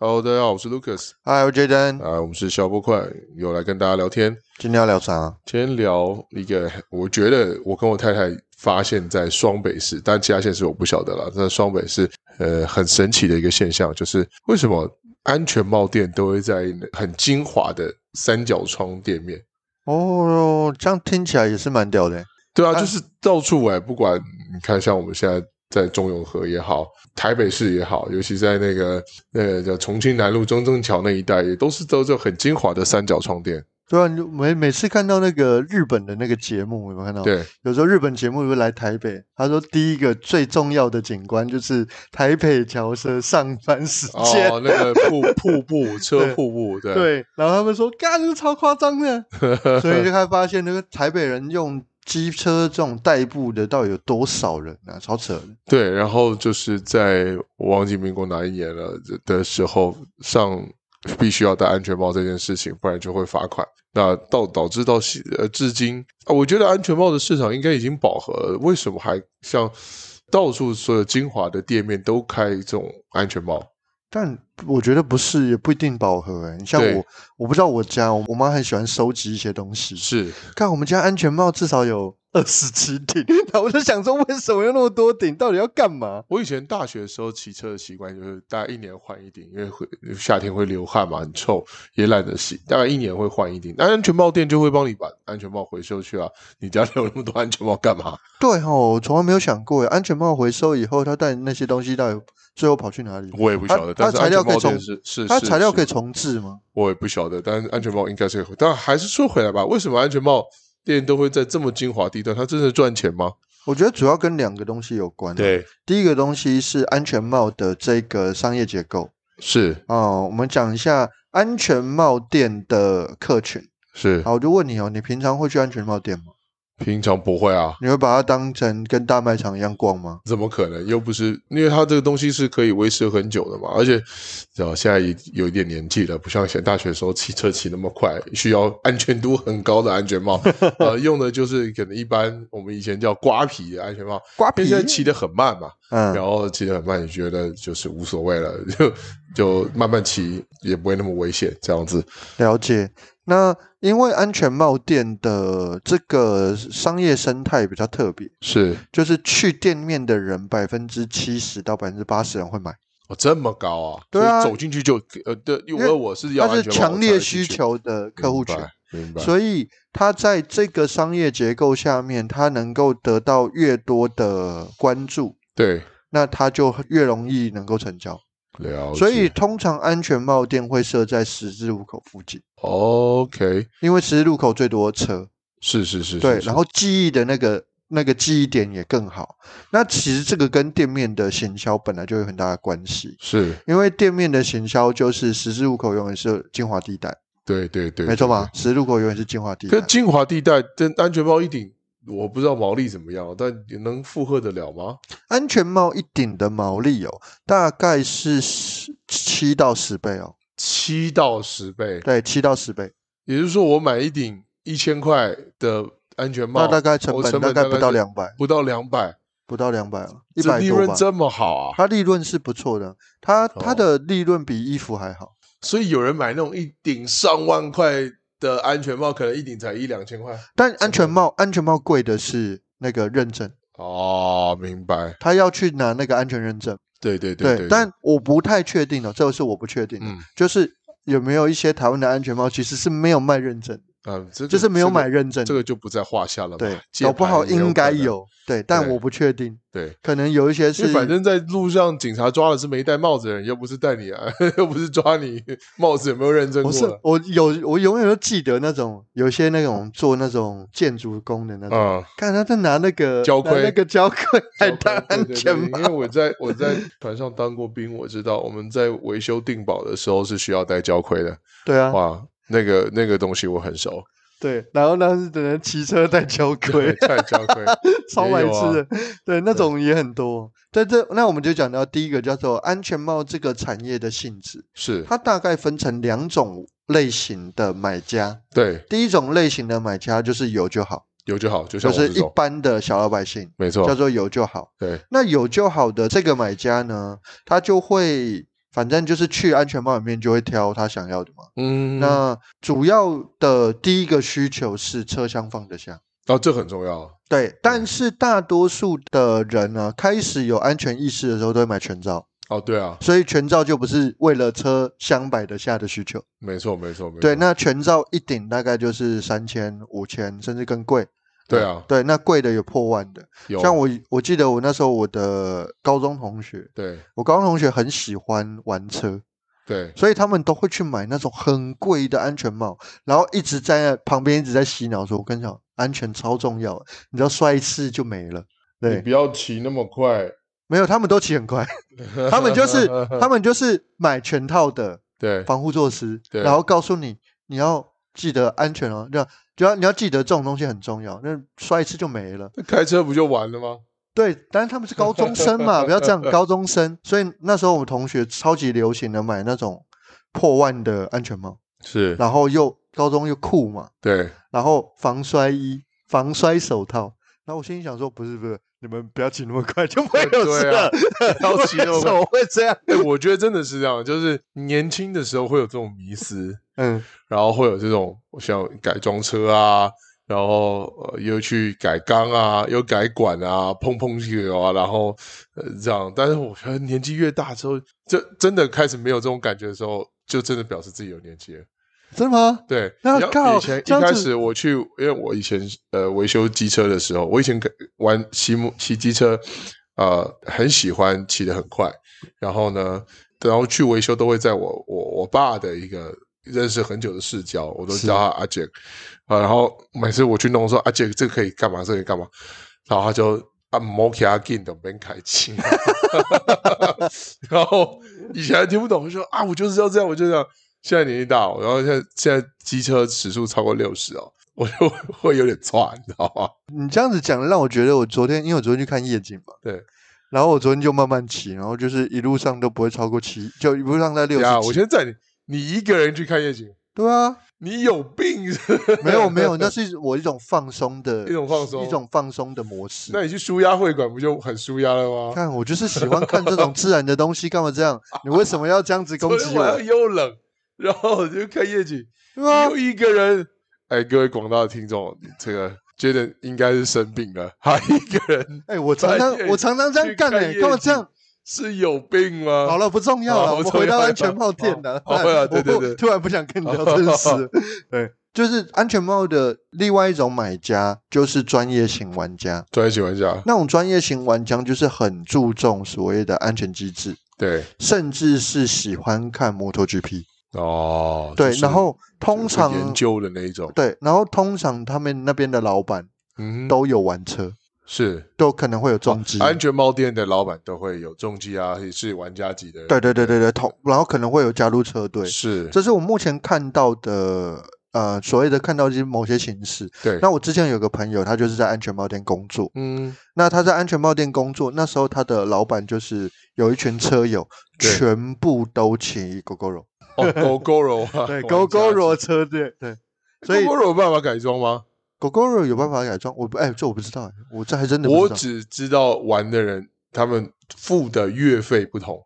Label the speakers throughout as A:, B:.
A: Hello，大家好，我是 Lucas
B: 嗨，我 Jaden，
A: 啊，我们是消波快，又来跟大家聊天。
B: 今天要聊啥？
A: 今天聊一个，我觉得我跟我太太发现，在双北市，但其他县市我不晓得了。在双北市，呃，很神奇的一个现象，就是为什么安全帽店都会在很精华的三角窗店面？
B: 哦，这样听起来也是蛮屌的。
A: 对啊，
B: 啊
A: 就是到处哎、不管你看，像我们现在在中永和也好，台北市也好，尤其在那个那个叫重庆南路中正桥那一带，也都是都是很精华的三角窗店。
B: 对啊，你就每每次看到那个日本的那个节目，有没有看到？，
A: 对，
B: 有时候日本节目会来台北，他说第一个最重要的景观就是台北桥车上班时间。
A: 哦，那个瀑瀑布车
B: 对
A: 瀑布，对
B: 对，然后他们说，干，这超夸张 的，所以就开始发现那个台北人用机车这种代步的到底有多少人啊，超扯的。
A: 对然后就是在我忘记民国哪一年了的时候，上必须要戴安全帽这件事情，不然就会罚款。那到导致到现呃至今啊，我觉得安全帽的市场应该已经饱和了，为什么还像到处所有精华的店面都开这种安全帽？
B: 但我觉得不是，也不一定饱和、欸。你像
A: 对
B: 我，我不知道我家，我我妈很喜欢收集一些东西，
A: 是
B: 看我们家安全帽至少有二十七顶， 然后我就想说，为什么有那么多顶？到底要干嘛？
A: 我以前大学的时候骑车的习惯就是大概一年换一顶，因为会夏天会流汗嘛，很臭，也懒得洗，大概一年会换一顶。那安全帽店就会帮你把安全帽回收去啊，你家里有那么多安全帽干嘛？
B: 对哦，我从来没有想过欸，安全帽回收以后，它带那些东西到底最后跑去哪里？
A: 我也不晓得。
B: 它
A: 但
B: 它
A: 是
B: 材料可以
A: 安全帽
B: 重
A: 店是是
B: 它材料可以
A: 是
B: 重置吗？
A: 我也不晓得，但是安全帽应该是可以。但还是说回来吧，为什么安全帽店都会在这么精华地段？它真的赚钱吗？
B: 我觉得主要跟两个东西有关。，，啊第一个东西是安全帽的这个商业结构。
A: 是
B: 哦，我们讲一下安全帽店的客群。
A: 是，
B: 好，我就问你哦，你平常会去安全帽店吗？
A: 平常不会啊。
B: 你会把它当成跟大卖场一样逛吗？
A: 怎么可能？又不是因为它这个东西是可以维持很久的嘛，而且，知道现在也有一点年纪了，不像以前大学的时候骑车骑那么快，需要安全度很高的安全 帽，呃，用的就是可能一般我们以前叫瓜皮的安全帽，
B: 瓜
A: 因为现在骑得很慢嘛，
B: 嗯，
A: 然后骑得很慢，你觉得就是无所谓了， 就就慢慢骑也不会那么危险，这样子
B: 了解。那因为安全帽店的这个商业生态比较特别，
A: 是
B: 就是去店面的人百分之七十到百分之八十人会买，
A: 哦这么高啊，
B: 对啊
A: 所以走进去就呃对，因
B: 因
A: 为
B: 为
A: 我是要
B: 它
A: 安
B: 是
A: 全帽
B: 强
A: 我才
B: 烈
A: 会进
B: 需
A: 去
B: 求的客户群，
A: 明白，明白
B: 所以它在这个商业结构下面，它能够得到越多的关注，
A: 对。
B: 那它就越容易能够成交。
A: 了解，
B: 所以通常安全帽店会设在十字路口附近，
A: OK，
B: 因为十字路口最多车，
A: 是是是，
B: 对，
A: 是
B: 然后记忆的那个那个记忆点也更好。那其实这个跟店面的行销本来就有很大的关系，
A: 是
B: 因为店面的行销就是十字路口永远是精华地带，
A: 对对对，
B: 没错
A: 对
B: 吧？？十字路口永远是精华地
A: 对
B: 带
A: 可。精华地带这安全帽一顶，我不知道毛利怎么样，但能负荷得了吗？
B: 安全帽一顶的毛利哦，大概是十七到十倍哦，
A: 七到十倍，
B: 对，七到十倍，
A: 也就是说，我买一顶一千块的安全帽，
B: 那大概成
A: 我
B: 本
A: 成
B: 大
A: 本
B: 概不到
A: 是
B: 两百，
A: 不到两百，
B: 不到两百了，一
A: 这
B: 百
A: 利
B: 多
A: 润
B: 吧。
A: 这么好啊！
B: 它利润是不错的，它它
A: 哦
B: 的利润比衣服还好。
A: 所以有人买那种一顶上万块的安全帽，可能一顶才一两千块。
B: 但安全帽安全帽贵的是那个认证，
A: 哦，明白，
B: 他要去拿那个安全认证。
A: 对对对，
B: 但我不太确定哦，这个是我不确定的，
A: 嗯
B: 就是有没有一些台湾的安全帽其实是没有卖认证，
A: 嗯，这个
B: 就是没有
A: 这个
B: 买认证的。
A: 这个就不在话下了嘛。
B: 对，
A: 戒
B: 搞不
A: 牌
B: 好
A: 也有
B: 应该
A: 可能。
B: 有，对，但
A: 对
B: 我不确定，
A: 对，
B: 可能有一些
A: 因
B: 是
A: 为反正在路上警察抓的是没戴帽子的人，又不是戴你啊， 又不是抓你帽子有没有认真
B: 不
A: 过
B: 是
A: 了。
B: 我有我永远都记得那种有些那种做那种建筑工的那种，
A: 嗯，
B: 看他在拿那个
A: 胶
B: 拿
A: 盔
B: 那个胶 盔来当
A: 哦对
B: 安
A: 对
B: 全
A: 对
B: 帽
A: 因。为我在我在船上当过兵，我知道我们在维修定保的时候是需要戴胶盔的。
B: 对啊，
A: 哇，那个那个东西我很熟，
B: 对，然后当时只能骑车带胶盔，
A: 戴胶盔。
B: 超
A: 也
B: 白
A: 有啊
B: 痴的，对，那种也很多。在这，那我们就讲到第一个叫做安全帽这个产业的性质，
A: 是
B: 它大概分成两种类型的买家。
A: 对，
B: 第一种类型的买家就是有就好，
A: 有就好，就像
B: 就
A: 我这
B: 是一
A: 种，哦
B: 般的小老百姓，
A: 没
B: 叫
A: 错，
B: 做有就好。
A: 对，
B: 那有就好的这个买家呢，他就会反正就是去安全帽里面就会挑他想要的嘛。
A: 嗯，
B: 那主要的第一个需求是车厢放得下。
A: 哦，这很重要。
B: 对，但
A: 嗯
B: 是大多数的人呢、开始有安全意识的时候，都会买全罩，
A: 哦，对啊，
B: 所以全罩就不是为了车厢摆得下的需求。
A: 没错，没错，没错。
B: 对，那全罩一顶大概就是三千、五千，甚至更贵。
A: 对啊，
B: 对，那贵的有破万的，
A: 有
B: 像我我记得我那时候我的高中同学，
A: 对
B: 我高中同学很喜欢玩车，
A: 对
B: 所以他们都会去买那种很贵的安全帽，然后一直在旁边一直在洗脑说：“我跟你讲，安全超重要，你只要摔一次就没了。”
A: 你
B: 对，
A: 不要骑那么快，
B: 没有，他们都骑很快， 他们就是他们就是买全套的
A: 对
B: 防护措施，
A: 对
B: 然后告诉你你要记得安全哦，那就要你要记得这种东西很重要，那摔一次就没了。
A: 开车不就完了吗？
B: 对，但是他们是高中生 嘛，不要这样，高中生。所以那时候我们同学超级流行的买那种破万的安全帽，
A: 是，
B: 然后又高中又酷嘛，
A: 对，
B: 然后防摔衣、防摔手套。然后我心里想说，不是不是，你们不要骑那么快，就不会有事了。
A: 不啊 要骑那么
B: 为什
A: 快。
B: 么会这样？
A: 哎我觉得真的是这样，就是年轻的时候会有这种迷 思，
B: 嗯，
A: 然后会有这种像改装车啊，然后呃又去改缸啊，又改管啊，碰碰球啊，然后呃这样。但是我觉得年纪越大之后，这真的开始没有这种感觉的时候，就真的表示自己有年纪了。
B: 真的吗？
A: 对，
B: 那
A: 你要
B: 靠
A: 以前一
B: 这样
A: 开
B: 子
A: 始我去，因为我以前呃维修机车的时候，我以前跟玩骑摩骑机车，呃，很喜欢骑得很快，然后呢，然后去维修都会在我我我爸的一个认识很久的世交，我都
B: 是
A: 叫他阿杰，啊，然后每次我去弄说阿杰这个可以干嘛，这个可以干嘛，然后他就啊摩卡进等边开机， 然后以前还听不懂，我说啊我就是要这样，我就这样。现在年纪大，然后现在现在机车时速超过六十哦，我就会有点差，你知道吗？
B: 你这样子讲，让我觉得我昨天，因为我昨天去看夜景嘛，
A: 对，
B: 然后我昨天就慢慢骑，然后就是一路上都不会超过七，就一路上在六
A: 对啊，我
B: 十几。
A: 现在载你你一个人去看夜景，
B: 对啊，
A: 你有病是不是
B: 没有没有， 那是我一种放松的
A: 一种放松
B: 一种放松的模式。
A: 那你去舒压会馆不就很舒压了吗？
B: 看，我就是喜欢看这种自然的东西，干嘛这样？你为什么要这样子攻
A: 昨
B: 击
A: 天
B: 我
A: 晚？上又冷，然后我就看夜景，
B: 对啊
A: 又？
B: 吧
A: 一个人。哎，各位广大的听众，这个 Jaden 应该是生病了，他一个人
B: 哎、我常
A: 半
B: 常
A: 夜
B: 我常常这样干
A: 去
B: 哎、
A: 看夜
B: 干嘛这
A: 景
B: 样？
A: 是有病吗？
B: 好，了，不重要了，
A: 好
B: 我们
A: 不重
B: 回到
A: 要
B: 安
A: 了
B: 全帽店了。 哎
A: 好好回来
B: 我
A: 对对对
B: 突然不想跟你聊 这件事。对，就是安全帽的另外一种买家，就是专业型玩家。
A: 专业喜欢家，
B: 那种专业型玩家就是很注重所谓的安全机制，
A: 对
B: 甚至是喜欢看 MotoGP。
A: 哦，
B: 对，
A: 就是
B: 然后
A: 就
B: 通
A: 是
B: 常
A: 研究的那一种，
B: 对，然后通常他们那边的老板
A: 嗯哼，
B: 都有玩车，
A: 是
B: 都可能会有重机。
A: 哦安全帽店的老板都会有重机啊，也是玩家级的，
B: 对，对对对对，同然后可能会有加入车队，
A: 是，
B: 这是我目前看到的呃所谓的看到的某些形式。
A: 对，
B: 那我之前有个朋友，他就是在安全帽店工作。
A: 嗯，
B: 那他在安全帽店工作，那时候他的老板就是有一群车友，
A: 对
B: 全部都骑 GoGoRo，
A: 哦，GoGoRo 啊，
B: 对
A: 玩家
B: GoGoRo 车队，对，所以
A: GoGoRo 有办法改装吗？
B: GoGoRo 有办法改装，我不哎、这我不知道、哎我这还真的不
A: 我
B: 知道
A: 只知道玩的人他们付的月费不同，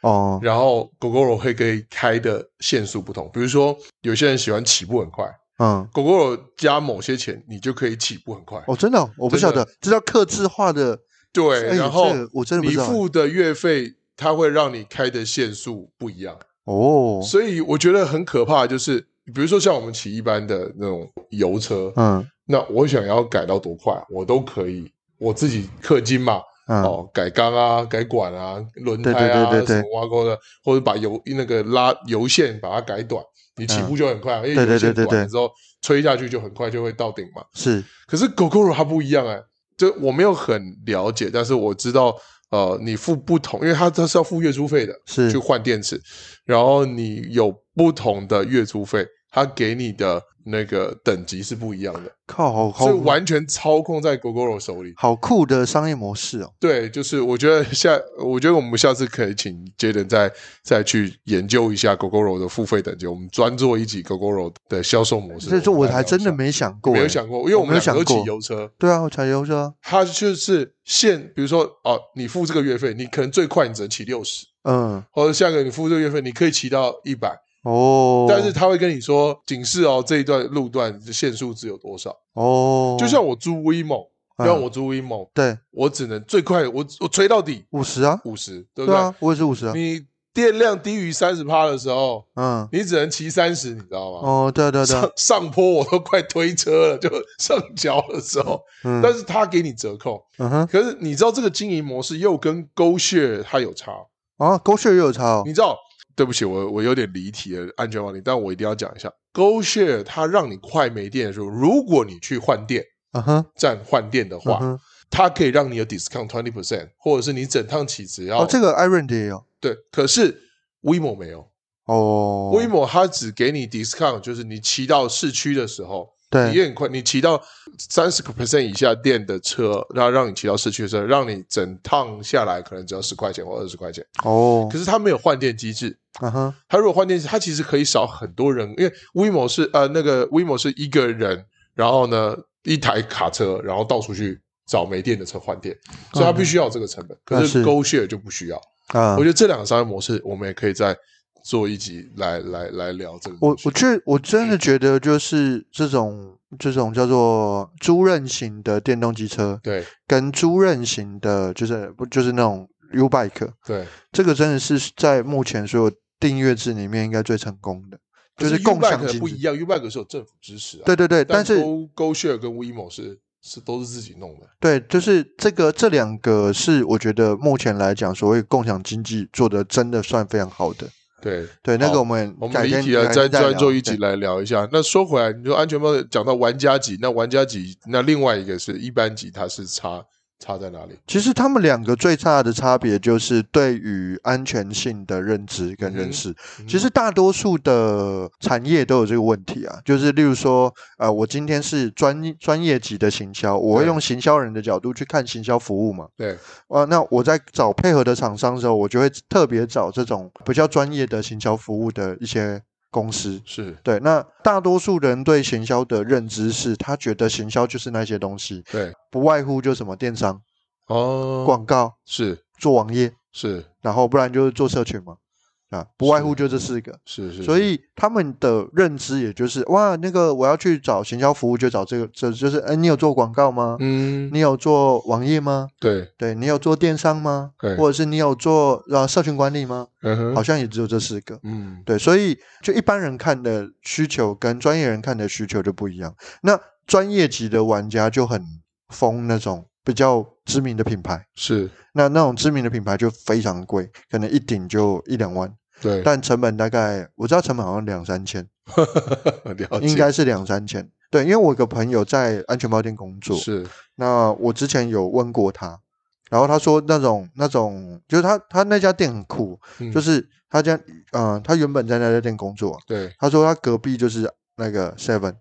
B: 哦，
A: 然后 GoGoRo 会给开的限速不同，比如说有些人喜欢起步很快
B: 嗯，
A: ，GoGoRo 加某些钱，你就可以起步很快，
B: 哦，真的哦、我不晓得，这叫克制化的，
A: 对，
B: 哎
A: 然后
B: 这个我真的不
A: 你
B: 知道
A: 付的月费，它会让你开的限速不一样。
B: 哦，
A: 所以我觉得很可怕，的就是比如说像我们骑一般的那种油车，
B: 嗯
A: 那我想要改到多快，我都可以，我自己氪金嘛，
B: 嗯，
A: 哦，改缸啊，改管啊，轮胎啊，
B: 对对对对对
A: 什么挖沟的，或者把油那个拉油线把它改短，你起步就很快，啊因为
B: 嗯对对
A: 油线
B: 对对
A: 短的
B: 对
A: 时候吹下去就很快就会到顶嘛。
B: 是，
A: 可是狗狗肉它不一样哎、就我没有很了解，但是我知道，呃，你付不同，因为它它是要付月租费的，
B: 是
A: 去换电池，然后你有不同的月租费，它给你的那个等级是不一样的，
B: 靠，好好
A: 所以完全操控在狗狗肉手里。
B: 好酷的商业模式哦，
A: 对，就是我觉得下，我觉得我们下次可以请 Jaden 再再去研究一下 GoGoRo 的付费等级，我们专做一集 GoGoRo 的销售模式。
B: 这这我
A: 们来
B: 还
A: 聊
B: 真
A: 一
B: 的
A: 下
B: 没想过，
A: 没有
B: 哎
A: 想过，因为我
B: 我没
A: 们两个
B: 有想
A: 都骑
B: 过
A: 油车，
B: 对啊，我柴油车啊，
A: 它就是限，比如说哦，你付这个月费，你可能最快你只能骑六十，
B: 嗯，
A: 或者下个你付这个月费，你可以骑到一百，
B: 哦，
A: 但是他会跟你说警示哦，这一段路段限速只有多少。
B: 哦，
A: 就像我租 WeMo，
B: 嗯
A: 让我租 WeMo，
B: 对
A: 我只能最快我我吹到底
B: 五十啊，
A: 五十，对不
B: 对
A: 对？
B: 啊，我也是五十啊，
A: 你电量低于三十趴的时候，
B: 嗯，
A: 你只能骑三十，你知道吗？
B: 哦，对啊对啊对啊
A: 上，上坡我都快推车了，就上桥的时候，
B: 嗯，
A: 但是他给你折扣。
B: 嗯哼，
A: 可是你知道这个经营模式又跟 Go Share 它有差，
B: 啊，狗血也有差哦
A: 你，知道？对不起，我我有点离题了，安全管理，但我一定要讲一下，Go Share 它让你快没电的时候，如果你去换电
B: 嗯哼，
A: 站换电的
B: 嗯
A: 话，
B: 哼，
A: 它可以让你有 discount twenty percent，或者是你整趟骑只要、
B: 哦，这个 Iron 的也有，
A: 对。可是 WeMo 没有、
B: 哦
A: w e m o 它只给你 discount，就是你骑到市区的时候，你
B: 对，
A: 也很快，你骑到三十 percent 以下电的车，然后让你骑到市区的时候，让你整趟下来可能只要十块钱或二十块钱。
B: 哦
A: 可，是它没有换电机制，
B: 嗯哼，
A: 它如果换电机，它其实可以少很多人，因为 WeMo 是呃那个 WeMo 是一个人，然后呢一台卡车，然后到处去找没电的车换电，所以它必须要有这个成本。可是
B: 嗯是
A: Go Share 就不需要。
B: 啊
A: 我觉，得这两个商业模式，我们也可以再做一集来来来聊这个
B: 我
A: 东西。
B: 我觉得我真的觉得就是这种这种叫做租赁型的电动机车，
A: 对
B: 跟租赁型的，就是不就是那种 U bike，
A: 对，
B: 这个真的是在目前所有订阅制里面应该最成功的，就是共享
A: U-Bike
B: 经
A: 不一
B: 济。
A: 样，U-Bike 是有政府支持啊。
B: 对对对，但是
A: Go Go Share 跟 WeMo 是是都是自己弄的。
B: 对，就是这个这两个是我觉得目前来讲，所谓共享经济做的真的算非常好的。
A: 对，
B: 对，那
A: 好
B: 个我们
A: 我们
B: 改
A: 离
B: 天
A: 题了，
B: 改
A: 再
B: 天
A: 专
B: 聊
A: 做一集
B: 对
A: 来聊一下。那说回来，你说安全帽讲到玩家级，那玩家级那另外一个是一般级，它是差差在哪里？
B: 其实他们两个最大的差别就是对于安全性的认知跟
A: 嗯
B: 认识。其实大多数的产业都有这个问题啊，就是例如说，呃，我今天是专专业级的行销，我会
A: 对
B: 用行销人的角度去看行销服务嘛。
A: 对
B: 啊，那我在找配合的厂商的时候，我就会特别找这种比较专业的行销服务的一些公司。
A: 是，
B: 对，那大多数人对行销的认知是，他觉得行销就是那些东西，
A: 对
B: 不外乎就什么电商、
A: 哦，
B: 广告、
A: 是
B: 做网页，
A: 是
B: 然后不然就是做社群嘛，啊，不外乎就这四个。
A: 是是，
B: 所以他们的认知也就是，哇，那个我要去找行销服务，就找这个，这就是，哎，你有做广告吗？
A: 嗯，
B: 你有做网页吗？
A: 对，
B: 对你有做电商吗
A: 对？
B: 或者是你有做呃社群管理吗？
A: 嗯哼
B: 好像也只有这四个。
A: 嗯
B: 对，所以就一般人看的需求跟专业人看的需求就不一样。那专业级的玩家就很疯那种比较知名的品牌，
A: 是，
B: 那那种知名的品牌就非常贵，可能一顶就一两万，
A: 对，
B: 但成本大概我知道成本好像两三千，
A: 了解，
B: 应该是两三千。对，因为我有个朋友在安全包店工作，
A: 是
B: 那我之前有问过他，然后他说那种那种就是他他那家店很酷，
A: 嗯
B: 就是他家嗯、呃他原本在那家店工作，
A: 对
B: 他说他隔壁就是那个 Seven，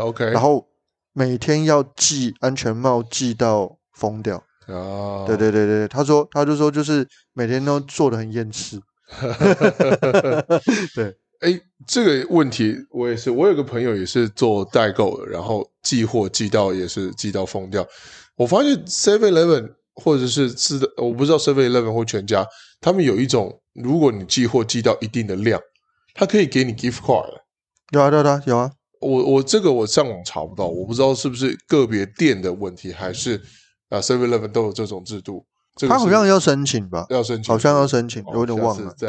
A: ，OK，
B: 然后每天要系安全帽系到疯掉。
A: 哦，
B: 对对对对，他说他就说就是每天都做的很厌世。对，
A: 哎，这个问题我也是，我有个朋友也是做代购的，然后寄货寄到也是寄到疯掉。我发现 Seven Eleven 或者是是的，我不知道 Seven Eleven 或全家，他们有一种，如果你寄货寄到一定的量，他可以给你 gift card 的。
B: 有啊对啊对啊有啊，
A: 我我这个我上网查不到，我不知道是不是个别店的问题，还是啊 Seven Eleven 都有这种制度。这个
B: 他好
A: 是
B: 像要申请吧？
A: 要申请，
B: 好像要申请，
A: 哦
B: 有点
A: 下
B: 忘
A: 次
B: 了。
A: 再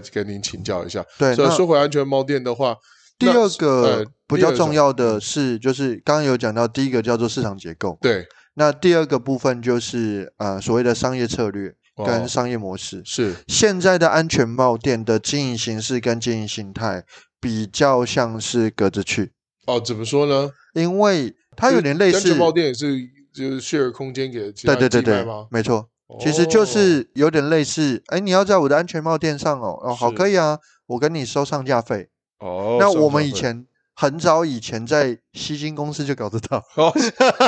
A: 再跟您请教一下。
B: 对，
A: 所以
B: 那
A: 说回安全猫店的话，
B: 第
A: 那
B: 二
A: 呃
B: 个比
A: 第二嗯
B: 较
A: 种
B: 重要的是，就是刚刚有讲到，第一个叫做市场结构，
A: 对，
B: 那第二个部分就是呃所谓的商业策略
A: 哦
B: 跟商业模式。
A: 是
B: 现在的安全帽店的经营形式跟经营形态比较像是格子去，
A: 哦，怎么说呢？
B: 因为它有点类
A: 安
B: 似
A: 全，猫店也是就是 share 空间给其他
B: 对对对
A: 寄卖
B: 对
A: 吗，？
B: 没错，
A: 哦
B: 其实就是有点类似，哎，你要在我的安全帽店上哦，哦好，
A: 是
B: 可以啊，我跟你收上架费。
A: 哦，
B: 那
A: 上
B: 我
A: 上
B: 们以
A: 会
B: 前很早以前在西金公司就搞得到，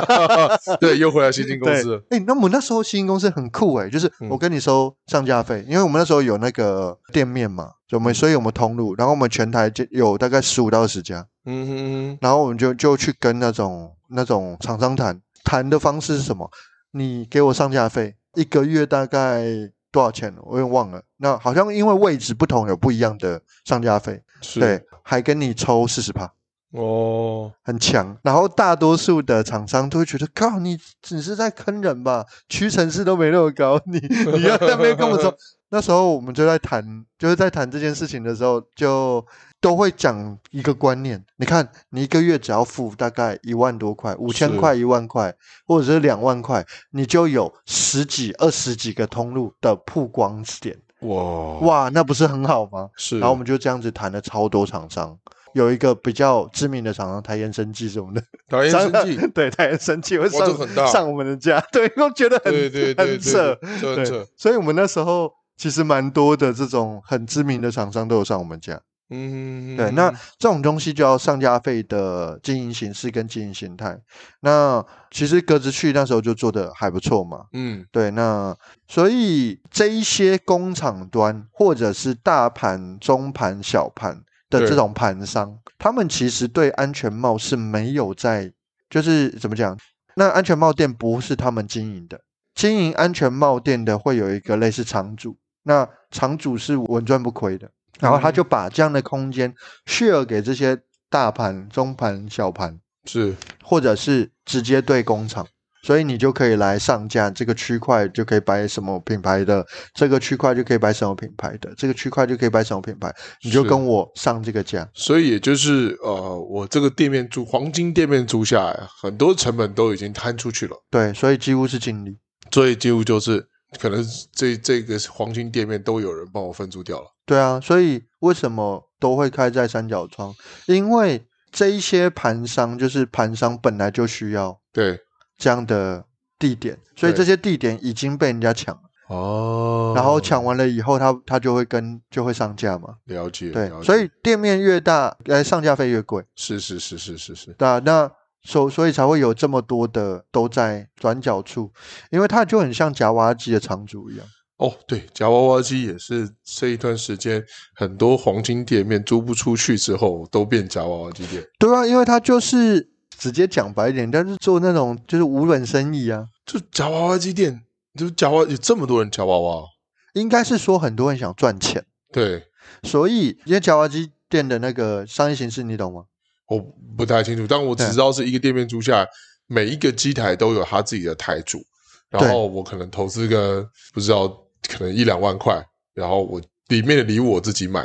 A: 哦，对，又回来新进公司了，
B: 哎、那我们那时候新兴公司很酷哎、就是
A: 嗯
B: 我跟你收上架费，因为我们那时候有那个店面嘛，就
A: 嗯
B: 我们所以我们通路，然后我们全台就有大概十五到二十家，
A: 嗯哼嗯
B: 然后我们就就去跟那种那种厂商谈，谈的方式是什么？你给我上架费，一个月大概多少钱，我有点忘了。那好像因为位置不同，有不一样的上架费，
A: 是
B: 对，还跟你抽四十趴，
A: 哦，
B: 很强。然后大多数的厂商都会觉得，靠，你只是在坑人吧？屈臣氏都没那么高，你你要在那边跟 我说。那时候我们就在谈，就是在谈这件事情的时候，就都会讲一个观念。你看，你一个月只要付大概一万多块，五千
A: 是
B: 块、一万块，或者是两万块，你就有十几、二十几个通路的曝光点。
A: 哇
B: 哇，那不是很好吗？
A: 哦是，
B: 然后我们就这样子谈了超多厂商，有一个比较知名的厂商台研生技什么的，
A: 打烟生气，
B: 对台研生技会
A: 哇，这
B: 上
A: 个很大，
B: 上我们的家， 对，我觉得很
A: 对对对对，
B: 很扯，
A: 这很扯，
B: 所以我们那时候其实蛮多的这种很知名的厂商都有上我们家，
A: 嗯，
B: 对，那这种东西就要上架费的经营形式跟经营形态。那其实格子去那时候就做的还不错嘛，
A: 嗯
B: 对，那所以这一些工厂端或者是大盘、中盘、小盘的
A: 对
B: 这种盘商，他们其实对安全帽是没有在，就是怎么讲？那安全帽店不是他们经营的，经营安全帽店的会有一个类似厂主，那厂主是稳赚不亏的，然后
A: 嗯
B: 他就把这样的空间 share 给这些大盘、中盘、小盘，
A: 是
B: 或者是直接对工厂，所以你就可以来上架这个区块，就可以摆什么品牌的，这个区块就可以摆什么品牌的，这个区块就可以摆什么品牌，你就是跟我上这个价。
A: 所以也就是呃，我这个店面租黄金店面租下来，很多成本都已经摊出去了，
B: 对，所以几乎是净利。
A: 所以几乎就是可能这这个黄金店面都有人帮我分租掉了。
B: 对啊，所以为什么都会开在三角窗？因为这一些盘商就是盘商本来就需要
A: 对，
B: 这样的地点，所以
A: 对
B: 这些地点已经被人家抢了，
A: 哦
B: 然后抢完了以后，他他就会跟就会上架嘛。
A: 了解，
B: 对
A: 了，解
B: 所以店面越大，呃，上架费越贵。
A: 是是是是是是，
B: 那那所所以才会有这么多的都在转角处，因为它就很像夹娃娃机的场主一样。
A: 哦，对，夹娃娃机也是这一段时间很多黄金店面租不出去之后，都变夹娃娃机店，
B: 对啊，因为它就是直接讲白一点，它是做那种就是无本生意啊。
A: 就夹娃娃机店，就夹娃有这么多人夹娃娃哦，
B: 应该是说很多人想赚钱，
A: 对，
B: 所以因为夹娃娃机店的那个商业形式你懂吗？
A: 我不太清楚，但我只
B: 对
A: 知道是一个店面租下来，每一个机台都有他自己的台主，然
B: 对
A: 后我可能投资个不知道可能一两万块，然后我里面的礼物我自己买，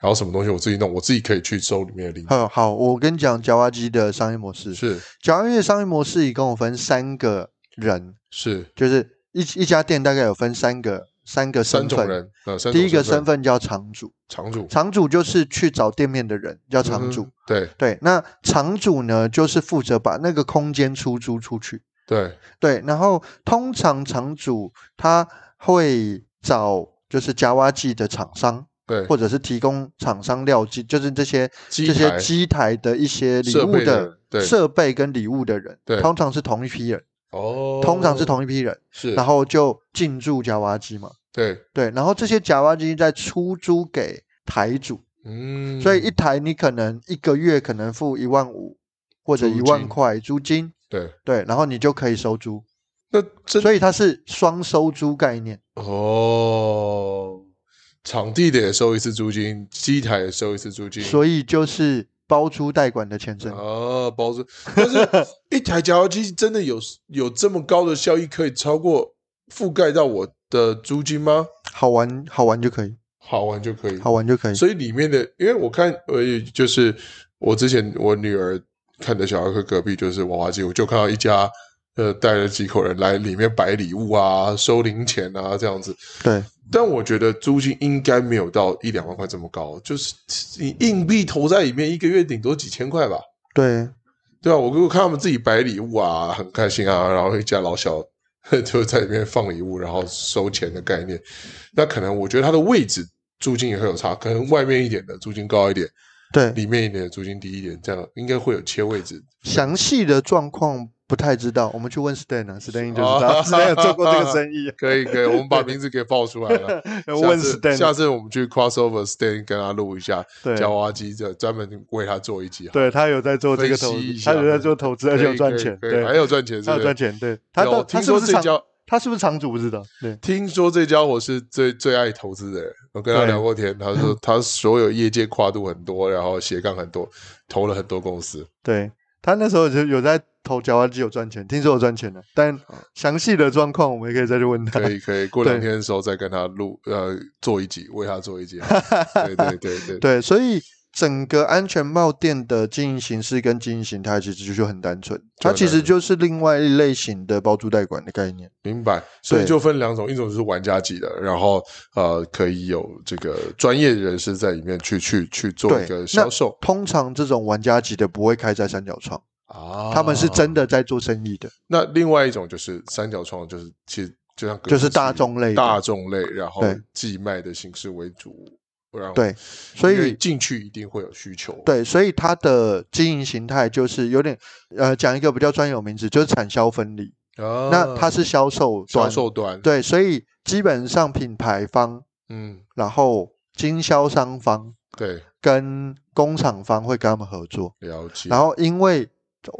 A: 然后什么东西我自己弄，我自己可以去收里面的礼物，
B: 好，好，我跟你讲夹娃娃机的商业模式。
A: 是
B: 夹娃娃机的商业模式一共分三个人，
A: 是
B: 就是一一家店大概有分三个三个
A: 三
B: 身
A: 种
B: 份。
A: 人，呃，三
B: 第
A: 种
B: 一个
A: 身
B: 身份叫场主，
A: 场主，
B: 场主就是去找店面的人，叫场主。
A: 嗯对
B: 对，那场主呢，就是负责把那个空间出租出去。
A: 对
B: 对，然后通常场主他会找就是夹娃机的厂商，
A: 对，
B: 或者是提供厂商料机，就是这些
A: 机
B: 这些
A: 台
B: 机台的一些礼
A: 设
B: 物
A: 备的
B: 的
A: 人对
B: 设备跟礼物的人
A: 对，
B: 通常是同一批人，
A: 哦，
B: 通常是同一批人，
A: 是，
B: 然后就进驻夹娃机嘛。
A: 对，
B: 对，然后这些夹娃机再出租给台主。
A: 嗯，
B: 所以一台你可能一个月可能付一万五或者
A: 租
B: 一万
A: 金
B: 块租金，
A: 对，
B: 对，然后你就可以收租，
A: 那这
B: 所以它是双收租概念。
A: 哦，场地的也收一次租金，机台也收一次租金，
B: 所以就是包租代管的前身，
A: 哦，包租，但 是一台夹娃娃机真的有有这么高的效益，可以超过覆盖到我的租金吗？
B: 好玩好玩就可以，
A: 好玩就可以，
B: 好玩就可以。
A: 所以里面的，因为我看，呃，就是我之前我女儿看的小儿科隔壁就是娃娃机，我就看到一家，呃，带了几口人来里面摆礼物啊、收零钱啊这样子。
B: 对，
A: 但我觉得租金应该没有到一两万块这么高，就是你硬币投在里面，一个月顶多几千块吧，
B: 对
A: 对啊，我我看他们自己摆礼物啊，很开心啊，然后一家老小 就在里面放礼物，然后收钱的概念。那可能我觉得它的位置租金也会有差，可能外面一点的租金高一点，
B: 对，
A: 里面一点的租金低一点，这样应该会有切位置。
B: 详细的状况不太知道，我们去问 Stan 啊，Stan 就知
A: 啊，
B: 道，Stan 有做过这个生意
A: 可以可以，我们把名字给报出来了。
B: 问
A: 下次下
B: Stan，
A: 次我们去 crossover Stan 跟他录一下
B: 对
A: 夹娃娃机，这专门为他做一集好了。
B: 对他有在做这个投
A: 分析一
B: 资，
A: 下
B: 他有在做投资，
A: 可以，
B: 而且有赚
A: 可以
B: 钱，
A: 可以还
B: 对，
A: 有赚钱，
B: 他有赚
A: 钱。
B: 钱，对，他
A: 对我
B: 到他
A: 听
B: 是不
A: 说
B: 是
A: 这
B: 常
A: 家
B: 他是不是长主不知道？对，
A: 听说这家伙是最最爱投资的人，我跟他
B: 对
A: 聊过天，他说他所有业界跨度很多，然后斜杠很多，投了很多公 司。
B: 对他那时候就有在投绞挖机有赚钱，听说有赚钱的，但详细的状况我们也可以再去问 他。
A: 哦可以可以，过两
B: 对
A: 天的时候再跟他录呃做一集，为他做一集。啊对对对对
B: 对，所以整个安全帽店的经营形式跟经营形态其实就很单纯，
A: 就
B: 它
A: 很
B: 其实
A: 单纯
B: 就是另外一类型的包租代管的概念。
A: 明白，所以
B: 对
A: 就分两种，一种就是玩家级的，然后呃，可以有这个专业人士在里面去去去做
B: 对
A: 一个
B: 那
A: 销售
B: 通常这种玩家级的不会开在三角窗，
A: 啊
B: 他们是真。的在做生意的，
A: 那另外一种就是三角窗，就是其实就像格
B: 就
A: 子
B: 是
A: 式
B: 大众类的
A: 大众类，然后
B: 对
A: 寄卖的形式为主，然后
B: 对，所
A: 因为
B: 以
A: 进去一定会有需求。
B: 对，所以它的经营形态就是有点呃，讲一个比较专有名词，就是产销分离。
A: 啊，
B: 那它是销售端，
A: 销售端，
B: 对，所以基本上品牌方，
A: 嗯，
B: 然后经销商方
A: 对，
B: 跟工厂方会跟他们合作。
A: 了解。
B: 然后因为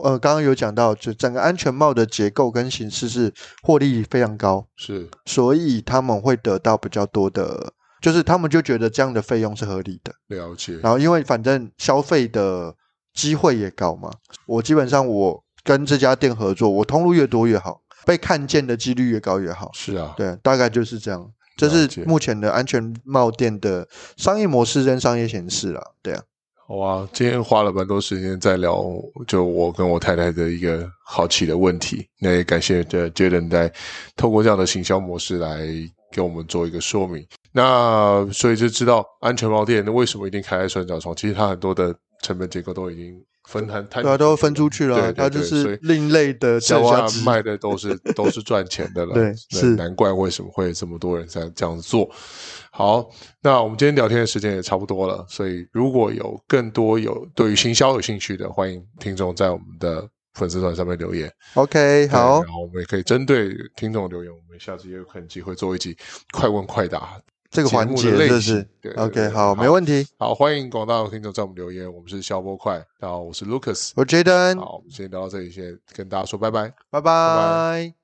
B: 呃，刚刚有讲到，就整个安全帽的结构跟形式是获利非常高，
A: 是
B: 所以他们会得到比较多的，就是他们就觉得这样的费用是合理的。
A: 了解，
B: 然后因为反正消费的机会也高嘛，我基本上我跟这家店合作，我通路越多越好，被看见的几率越高越好。
A: 是啊，
B: 对，大概就是这样。这
A: 了解
B: 是目前的安全帽店的商业模式跟商业形式啦。对啊，
A: 好啊，今天花了蛮多时间在聊，就我跟我太太的一个好奇的问题。那也感谢这 Jaden 在透过这样的行销模式来给我们做一个说明。那所以就知道安全帽店为什么一定开在三角窗，其实它很多的成本结构都已经分摊摊
B: 对啊，都分出去了啊
A: 对，对
B: 它就
A: 对所以
B: 是另类的绞
A: 剩
B: 挖
A: 下
B: 机。
A: 卖的都是都是赚钱的了，
B: 对
A: 那
B: 是
A: 难怪为什么会有这么多人在这样做。好，那我们今天聊天的时间也差不多了，所以如果有更多有对于行销有兴趣的，欢迎听众在我们的粉丝团上面留言。
B: OK，
A: 对
B: 好
A: 然，后我们也可以针对听众留言，我们下次也有可能机会做一集快问快答。
B: 这个
A: 节
B: 环
A: 目的
B: 节
A: 类
B: 这
A: 型
B: 是
A: 对对
B: OK，
A: 对
B: 好，没
A: 好
B: 问题。
A: 好，欢迎广大的听众在我们留言，我们是消波快，然后我是 Lucas。
B: 我 Jaden，
A: 好，我们今天聊到这里，先跟大家说拜拜。拜
B: 拜拜